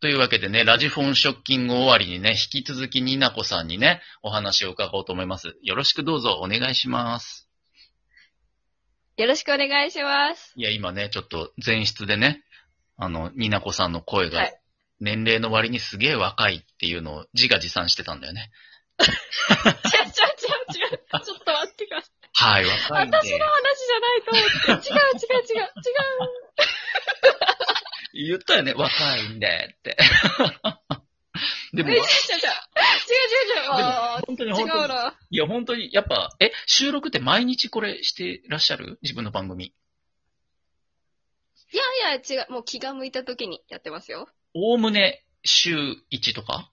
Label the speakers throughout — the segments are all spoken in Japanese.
Speaker 1: というわけでね、ラジフォンショッキング終わりにね、引き続きになこさんにね、お話を伺おうと思います。よろしくどうぞお願いします。
Speaker 2: よろしくお願い します。
Speaker 1: いや、今ね、ちょっと前室でね、あの、になこさんの声
Speaker 2: は
Speaker 1: が
Speaker 2: い、
Speaker 1: 年齢の割にすげえ若いっていうのを自画自賛してたんだよね。
Speaker 2: 違う違う違う違う。ちょっと待ってください。
Speaker 1: はい、若いんで。
Speaker 2: 私の話じゃないと思って。違う違う違う違う。
Speaker 1: 言ったよね、若いんで って。で
Speaker 2: 違う
Speaker 1: も、
Speaker 2: 違う違う。違う違う違うあ
Speaker 1: 本当に
Speaker 2: ー。違
Speaker 1: 本当に。
Speaker 2: うない
Speaker 1: や、本当に、やっぱ、え、収録って毎日これしてらっしゃる自分の番組。
Speaker 2: いやいや違う。もう気が向いた時にやってますよ。
Speaker 1: おおむね週1とか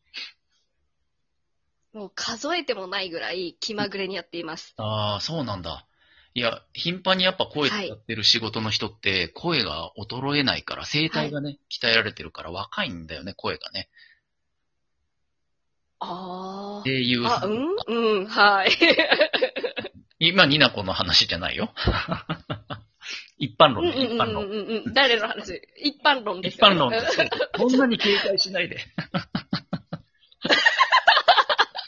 Speaker 2: もう数えてもないぐらい気まぐれにやっています。
Speaker 1: ああ、そうなんだ。いや、頻繁にやっぱ声使ってる仕事の人って、声が衰えないから、声帯がね、鍛えられてるから若いんだよね、声がね。
Speaker 2: あ
Speaker 1: っていう、
Speaker 2: あ。あ、うんうん、はい。
Speaker 1: 今、ニナコの話じゃないよ。 一般
Speaker 2: う
Speaker 1: 論
Speaker 2: んう
Speaker 1: ね、
Speaker 2: ん
Speaker 1: 一
Speaker 2: うん
Speaker 1: 般
Speaker 2: う
Speaker 1: 論。
Speaker 2: んうん。誰の話一般論で
Speaker 1: 一
Speaker 2: すよ、
Speaker 1: 般
Speaker 2: ね。
Speaker 1: 論です。こんなに警戒しないで。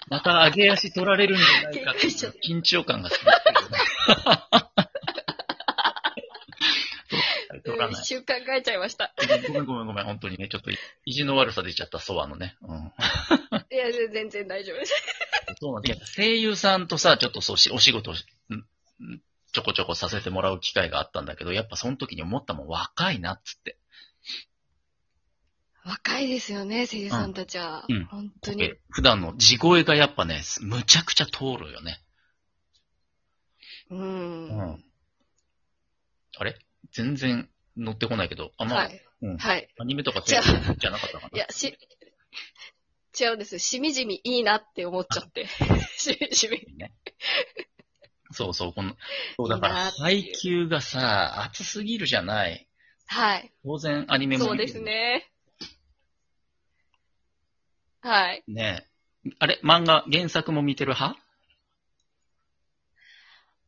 Speaker 1: また上げ足取られるんじゃないかっていう緊張感がす ごいけどね。取ら
Speaker 2: うん
Speaker 1: ない。
Speaker 2: 習慣変えちゃいました。
Speaker 1: ごめんごめんごめん、本当にね、ちょっと意地の悪さ出ちゃった、ソワのね。うん。
Speaker 2: いや、全然大丈夫です。
Speaker 1: そうなんだいや声優さんとさ、ちょっとそうし、お仕事をしんんちょこちょこさせてもらう機会があったんだけど、やっぱその時に思ったもん、若いなっつって。
Speaker 2: 若いですよね、声優さんたちは。
Speaker 1: うんうん
Speaker 2: 本当に。
Speaker 1: 普段の地声がやっぱね、むちゃくちゃ通るよね。う
Speaker 2: う。
Speaker 1: んん。あれ全然乗ってこないけど、あ、まあ、
Speaker 2: はい。
Speaker 1: うん
Speaker 2: はい。
Speaker 1: アニメとかテ
Speaker 2: じゃ
Speaker 1: レ
Speaker 2: あ
Speaker 1: ビじゃなかったか
Speaker 2: い
Speaker 1: な
Speaker 2: や、。し、違うんです。しみじみいいなって思っちゃって。 しみじみ。
Speaker 1: そうそう、この、そうだか
Speaker 2: いいな
Speaker 1: ら、
Speaker 2: ーっていう
Speaker 1: 配給がさ、熱すぎるじゃない。
Speaker 2: はい。
Speaker 1: 当然アニメも。
Speaker 2: そうです。ね。はい。
Speaker 1: ねあれ漫画、原作も見てる派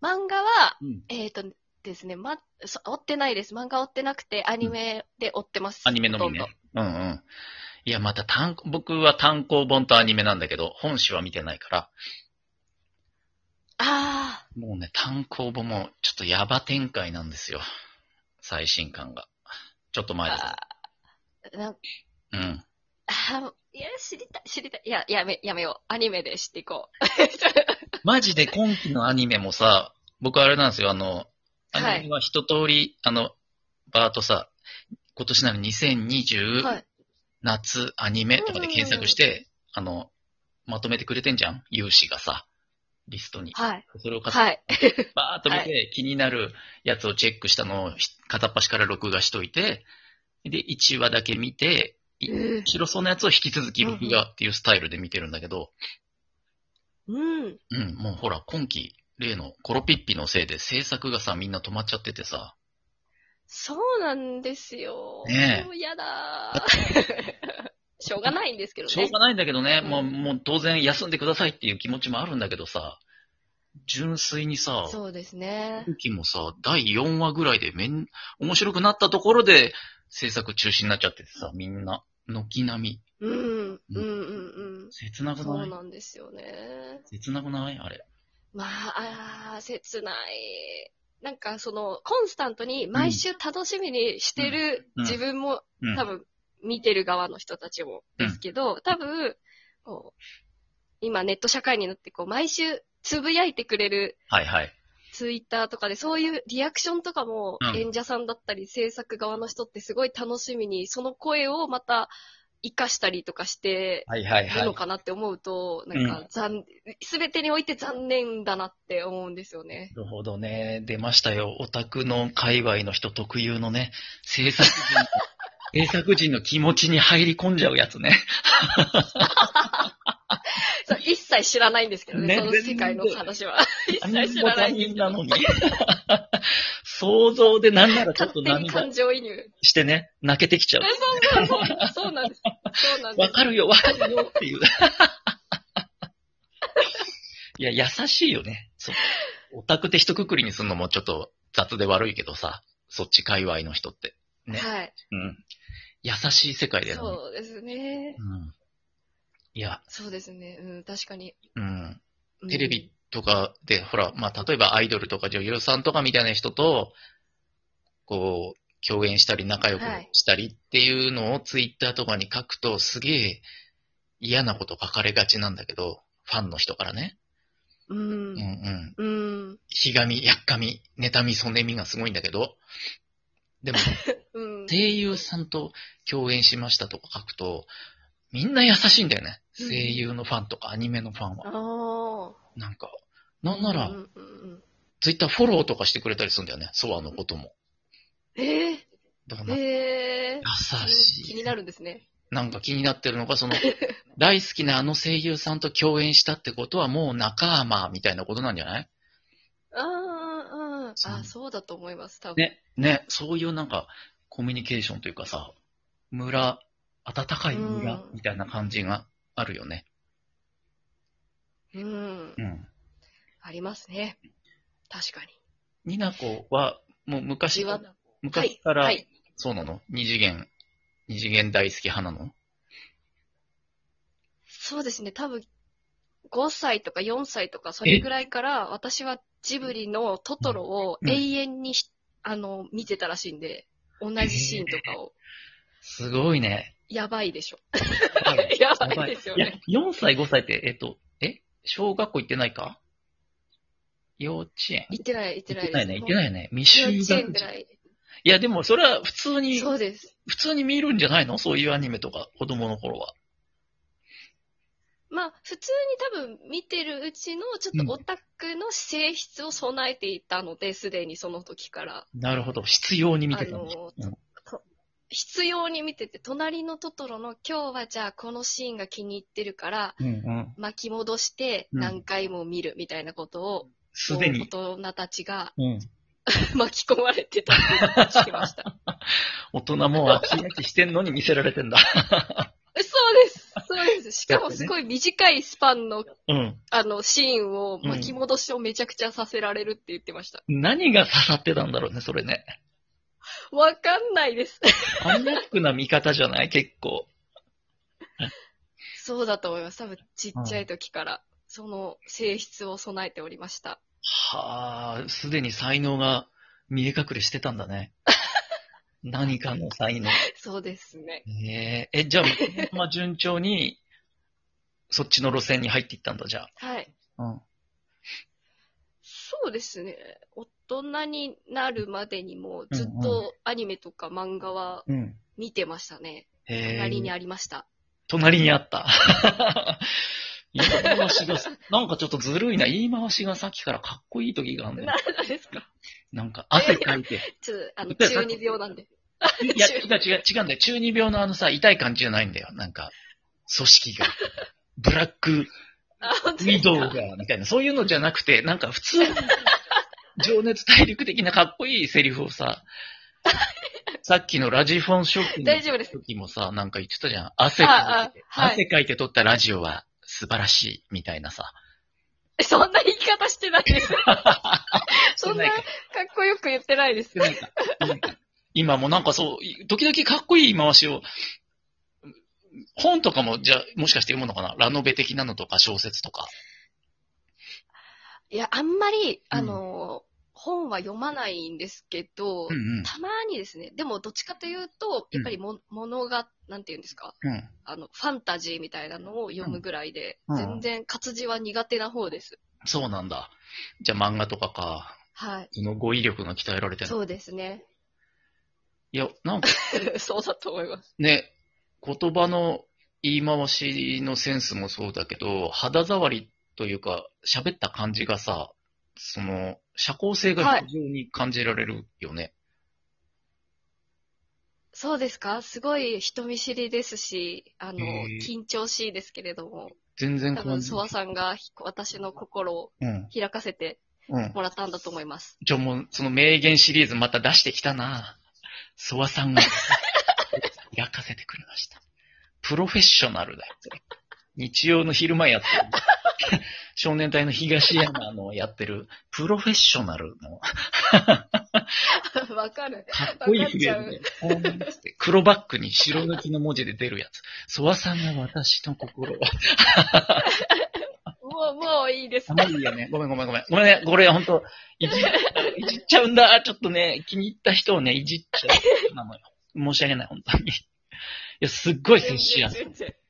Speaker 2: 漫画は、
Speaker 1: うん。
Speaker 2: えっ、ー、とですね、ま、そ追ってないです。漫画追ってなくて、アニメで追ってます。
Speaker 1: アニメのみね
Speaker 2: ほとんど。
Speaker 1: うんうん。いや、また単、僕は単行本とアニメなんだけど、本誌は見てないから、
Speaker 2: あ
Speaker 1: もうね、単行本もちょっとヤバ展開なんですよ。最新刊が。ちょっと
Speaker 2: ー
Speaker 1: 前です。
Speaker 2: あー。なん
Speaker 1: うん。
Speaker 2: あーいや、知りたい、知りたい。いや、やめ、やめよう。アニメで知っていこ
Speaker 1: マジで今期のアニメもさ、僕あれなんですよ、あの、
Speaker 2: はい
Speaker 1: アニメは一通り、あの、バーとさ、今年なの
Speaker 2: う。
Speaker 1: 2020
Speaker 2: はい。
Speaker 1: 夏アニメとかで検索して、あの、まとめてくれてんじゃん有志がさ、リストに。
Speaker 2: はい。
Speaker 1: それを買っ
Speaker 2: はい。
Speaker 1: バーっと見て、気になるやつをチェックしたのをひ片っ端から録画しといて、で、1話だけ見て、い
Speaker 2: うん
Speaker 1: 白そうなやつを引き続き録画っていうスタイルで見てるんだけど、
Speaker 2: うん。
Speaker 1: うん、もうほら、今期、例のコロピッピのせいで制作がさ、みんな止まっちゃっててさ、
Speaker 2: そうなんですよ。
Speaker 1: ねえ
Speaker 2: もう嫌だー。しょうがないんですけどね。
Speaker 1: しょうがないんだけどね、
Speaker 2: うん
Speaker 1: もう、もう当然休んでくださいっていう気持ちもあるんだけどさ、純粋にさ、
Speaker 2: そうですね。
Speaker 1: 今期もさ、第4話ぐらいでめん、面白くなったところで制作中止になっちゃっててさ、みんな、軒並み。
Speaker 2: うん。うん
Speaker 1: うん
Speaker 2: うんうん。
Speaker 1: 切なく
Speaker 2: そう
Speaker 1: ない
Speaker 2: なんですよね。
Speaker 1: 切なくないあれ。
Speaker 2: まあ、あー切ない。なんかその、コンスタントに毎週楽しみにしてる
Speaker 1: うんうん
Speaker 2: 自分も、
Speaker 1: うん。
Speaker 2: 多分見てる側の人たちもですけど、多分、こう、今ネット社会になってこう、毎週つぶやいてくれる
Speaker 1: はいはい。
Speaker 2: ツイッターとかでそういうリアクションとかも
Speaker 1: うん
Speaker 2: 演者さんだったり制作側の人ってすごい楽しみにその声をまた活かしたりとかして
Speaker 1: はいはい
Speaker 2: る
Speaker 1: は
Speaker 2: の
Speaker 1: い。
Speaker 2: かなって思うと、なんか残、すべてにおいて残念だなって思うんですよね。
Speaker 1: なるほどね。出ましたよ。オタクの界隈の人特有のね、制作人の、 制作人の気持ちに入り込んじゃうやつね。
Speaker 2: そう一切知らないんですけどね、
Speaker 1: ね
Speaker 2: その世界の話は。一
Speaker 1: あんな
Speaker 2: 切知らないんですけ
Speaker 1: な
Speaker 2: ど。
Speaker 1: のに。 想像でなんならちょっ
Speaker 2: 勝
Speaker 1: と
Speaker 2: 手に
Speaker 1: 涙
Speaker 2: 感情移入。
Speaker 1: してね、泣けてきちゃう。
Speaker 2: そうそうそう、そうなんです。そうなんで
Speaker 1: わ
Speaker 2: す。
Speaker 1: かるよ、わかるよっていう。いや、優しいよね。そう。オタクって一括りにするのもちょっと雑で悪いけどさ、そっち界隈の人って。ね。
Speaker 2: はい。
Speaker 1: うん。優しい世界だよね。
Speaker 2: そうですね。
Speaker 1: うん。いや、
Speaker 2: そうですね。うん、確かに。
Speaker 1: うん。
Speaker 2: うん
Speaker 1: テレビとかで、ほら、まあ、例えばアイドルとか女優さんとかみたいな人と、こう、共演したり仲良く
Speaker 2: はい
Speaker 1: したりっていうのをツイッターとかに書くと、すげえ嫌なこと書かれがちなんだけど、ファンの人からね。
Speaker 2: う
Speaker 1: うん
Speaker 2: ん
Speaker 1: う。ん。
Speaker 2: うん。
Speaker 1: ひがみ、やっかみ、妬み、そねみがすごいんだけど、でも、
Speaker 2: うん。
Speaker 1: 声優さんと共演しましたとか書くと、みんな優しいんだよね。
Speaker 2: うん
Speaker 1: 声優のファンとかアニメのファンは。
Speaker 2: あ
Speaker 1: なんか、
Speaker 2: あ。
Speaker 1: なんなら、
Speaker 2: うんうんうん、
Speaker 1: ツイッターフォローとかしてくれたりするんだよね。ソアのことも。
Speaker 2: ええ
Speaker 1: だからな、
Speaker 2: ええ
Speaker 1: 優
Speaker 2: 気
Speaker 1: し
Speaker 2: に
Speaker 1: い。
Speaker 2: なるんですね。
Speaker 1: なんか気になってるのが、そ の、大好きなあの声優さんと共演したってことはもう仲間みたいなことなんじゃない
Speaker 2: ああ、あ
Speaker 1: そ
Speaker 2: あ、
Speaker 1: う
Speaker 2: あそうだと思います、多分。
Speaker 1: ね。ね。そういうなんか、コミュニケーションというかさ、村、温かい村
Speaker 2: うん
Speaker 1: みたいな感じがあるよね。
Speaker 2: う
Speaker 1: う
Speaker 2: ん。
Speaker 1: ん。
Speaker 2: ありますね。確かに。
Speaker 1: ニナコは、もう昔
Speaker 2: 私、は、
Speaker 1: 昔から、
Speaker 2: はい。
Speaker 1: そうなの二次元、二次元大好き派なの
Speaker 2: そうですね、多分、5歳とか4歳とか、それぐらいから、私はジブリのトトロを
Speaker 1: うん
Speaker 2: 永遠にひ、あの、見てたらしいんで、同じシーンとかを。
Speaker 1: すごいね。
Speaker 2: やばいでしょ。
Speaker 1: はい
Speaker 2: やばいですよ
Speaker 1: いや
Speaker 2: ね。、
Speaker 1: 4歳、5歳って、えっと、え小学校行ってないか幼稚園
Speaker 2: 行ってない、行ってないです。
Speaker 1: ね。行ってないよね。
Speaker 2: 幼
Speaker 1: 未
Speaker 2: 稚
Speaker 1: 就
Speaker 2: 園
Speaker 1: 学
Speaker 2: ぐ
Speaker 1: 児。
Speaker 2: らい。
Speaker 1: いや、でもそれは普通に、
Speaker 2: そうです。
Speaker 1: 普通に見るんじゃないのそういうアニメとか、子供の頃は。
Speaker 2: まあ、普通に多分見てるうちの、ちょっとオタクの性質を備えていたので、すで、にその時から。
Speaker 1: なるほど。必要に見てた
Speaker 2: あ
Speaker 1: の
Speaker 2: のー
Speaker 1: うん
Speaker 2: 必要に見てて、隣のトトロの今日はじゃあこのシーンが気に入ってるから、
Speaker 1: うんうん。
Speaker 2: 巻き戻して
Speaker 1: うん
Speaker 2: 何回も見るみたいなことを、
Speaker 1: すでに。
Speaker 2: 大人たちが
Speaker 1: うん。
Speaker 2: 巻き込まれてたっていうのを聞きました。
Speaker 1: 大人もう飽き飽きしてんのに見せられてんだ。
Speaker 2: そうです。そうです。しかもすごい短いスパンの、
Speaker 1: うん。
Speaker 2: あの、シーンを巻き戻しをめちゃくちゃさせられるって言ってました。
Speaker 1: 何が刺さってたんだろうね、それ ね。
Speaker 2: わかんないです。
Speaker 1: パニックな見方じゃない結構。
Speaker 2: そうだと思います。多分ちっちゃい時から、その性質を備えておりました。
Speaker 1: はあ、すでに才能が見え隠れしてたんだ ね。何かの才能。
Speaker 2: そうですね。
Speaker 1: ねええ、じゃあ、まあ順調に、そっちの路線に入っていったんだ、じゃ
Speaker 2: はい。
Speaker 1: あ。うん。
Speaker 2: そうですね。大人になるまでにも、ずっとアニメとか漫画は
Speaker 1: うん。
Speaker 2: 見てましたね。
Speaker 1: へえ。
Speaker 2: 隣にありました。
Speaker 1: 隣にあった。 言い回しが、なんかちょっとずるいな。言い回しがさっきからかっこいい時があるんだよ。
Speaker 2: 何ですか
Speaker 1: なんか、汗かいて。
Speaker 2: ちょっと、あの、
Speaker 1: いやさ
Speaker 2: 中二病なんで。
Speaker 1: い や、違う違う、違うんだよ。中二病のあのさ、痛い感じじゃないんだよ。なんか、組織が。ブラック
Speaker 2: あ、本当
Speaker 1: ウィ
Speaker 2: です
Speaker 1: ドウ
Speaker 2: か
Speaker 1: が、みたいな、そういうのじゃなくて、なんか普通に、情熱大陸的なかっこいいセリフを さ、さっきのラジフォンショッキング
Speaker 2: 大丈夫です。
Speaker 1: の時もさ、なんか言ってたじゃん。汗かい
Speaker 2: あ
Speaker 1: て、、
Speaker 2: あ、は
Speaker 1: 汗
Speaker 2: い。
Speaker 1: かいて撮ったラジオは素晴らしい、みたいなさ。
Speaker 2: そんな言い方してな いです。そんな、
Speaker 1: い
Speaker 2: か
Speaker 1: か
Speaker 2: っこよく言ってないです
Speaker 1: して。ないかしてないか今もなんかそう、時々かっこいい回しを、本とかも、じゃあ、もしかして読むのかなラノベ的なのとか小説とか。
Speaker 2: いや、あんまり、
Speaker 1: うん
Speaker 2: あの、本は読まないんですけど、
Speaker 1: うんうん。
Speaker 2: たまにですね、でもどっちかというと、やっぱりも、物が、なんて言うんですか、
Speaker 1: うん。
Speaker 2: あの、ファンタジーみたいなのを読むぐらいで、
Speaker 1: うん
Speaker 2: 全然活字は苦手な方です。
Speaker 1: そうなんだ。じゃあ漫画とかか。
Speaker 2: はい。
Speaker 1: その語彙力が鍛えられてる。
Speaker 2: そうですね。
Speaker 1: いや、なんか
Speaker 2: そうだと思います。
Speaker 1: ね、 言葉の言い回しのセンスもそうだけど、肌触りというか、喋った感じがさ、その、社交性が非常に感じられるよね。
Speaker 2: そうですかすごい人見知りですし、あの
Speaker 1: へ、ー
Speaker 2: 緊張しいですけれども、
Speaker 1: 全然
Speaker 2: 多
Speaker 1: 感
Speaker 2: 分、
Speaker 1: じ
Speaker 2: ソワさんがひ私の心を
Speaker 1: うん。
Speaker 2: 開かせて
Speaker 1: うん。
Speaker 2: もらったんだと思 います。
Speaker 1: じゃあもう、その名言シリーズまた出してきたな。ソワさんが、 開かせてくれました。プロフェッショナルだよ。それ日曜の昼間やってる。 少年隊の東山のやってる、プロフェッショナルの
Speaker 2: まわかる。
Speaker 1: かっこいいフレーズね。こうなんつって黒バックに白抜きの文字で出るやつ。ソワさんが私の心を。
Speaker 2: もう、もういいです
Speaker 1: た。まにいいよね。ごめんごめんごめん。ごめんね。これほんと、いじ、いじっちゃうんだ。ちょっとね、気に入った人をね、いじっちゃう。なのよ。申し訳ない、本当に。いや、すっごい接しやすい。
Speaker 2: 全然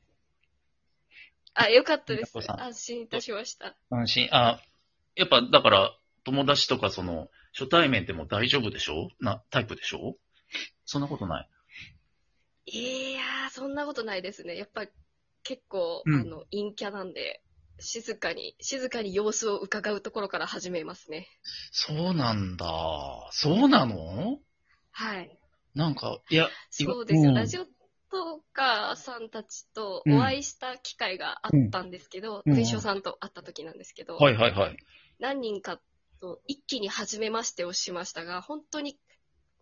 Speaker 2: あ、よかったです
Speaker 1: 美香子。さん
Speaker 2: 安心いたしました。
Speaker 1: 安心。あ、やっぱ、だから、友達とかその、初対面でも大丈夫でしょな、タイプでしょそんなことない。
Speaker 2: いやー、そんなことないですね。やっぱ結構、
Speaker 1: うん
Speaker 2: あの、陰キャなんで、静かに、静かに様子を伺うところから始めますね。
Speaker 1: そうなんだ。そうなの
Speaker 2: はい。
Speaker 1: なんか、いや、いや
Speaker 2: そうですよ。
Speaker 1: うん
Speaker 2: ラジオトーカーさんたちとお会いした機会があったんですけど、
Speaker 1: うん
Speaker 2: クイショさんと会った時なんですけど、
Speaker 1: はいはいはい。
Speaker 2: 何人かと一気に初めましてをしましたが、本当に、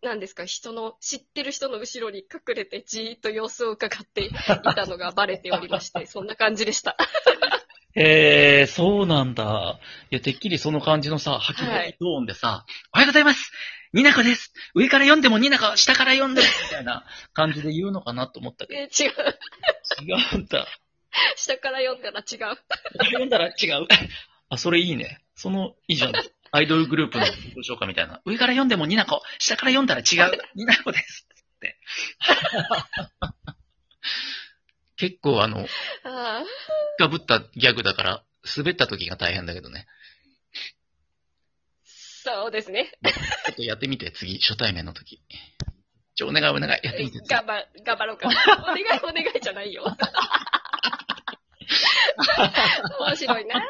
Speaker 2: 何ですか、人の、知ってる人の後ろに隠れてじーっと様子を伺っていたの がバレておりまして、そんな感じでした。
Speaker 1: へえ、そうなんだ。いや、てっきりその感じのさ、吐き
Speaker 2: は
Speaker 1: 出
Speaker 2: い
Speaker 1: しトーンでさ、おはようございますニナコです上から読んでもニナコ、下から読んでもみたいな感じで言うのかなと思ったけ
Speaker 2: え違う。
Speaker 1: ど、違うんだ。
Speaker 2: 下から読んだら違う。
Speaker 1: 読んだら違う。あ、それいいね。その、いいじゃん。アイドルグループの自己紹介みたいな。上から読んでもニナコ、下から読んだら違う。ニナコです。って。 結構あの、
Speaker 2: あ
Speaker 1: かぶったギャグだから、滑った時が大変だけどね。
Speaker 2: そうですね。
Speaker 1: ちょっとやってみて、次、初対面の時。ちょ、お願いお願い。やってみて。
Speaker 2: 頑張、頑張ろうか。お願いお願いじゃないよ。面白いな。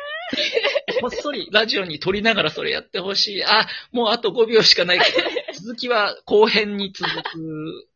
Speaker 1: こっそりラジオに撮りながらそれやってほしい。あ、もうあと5秒しかないけど、続きは後編に続く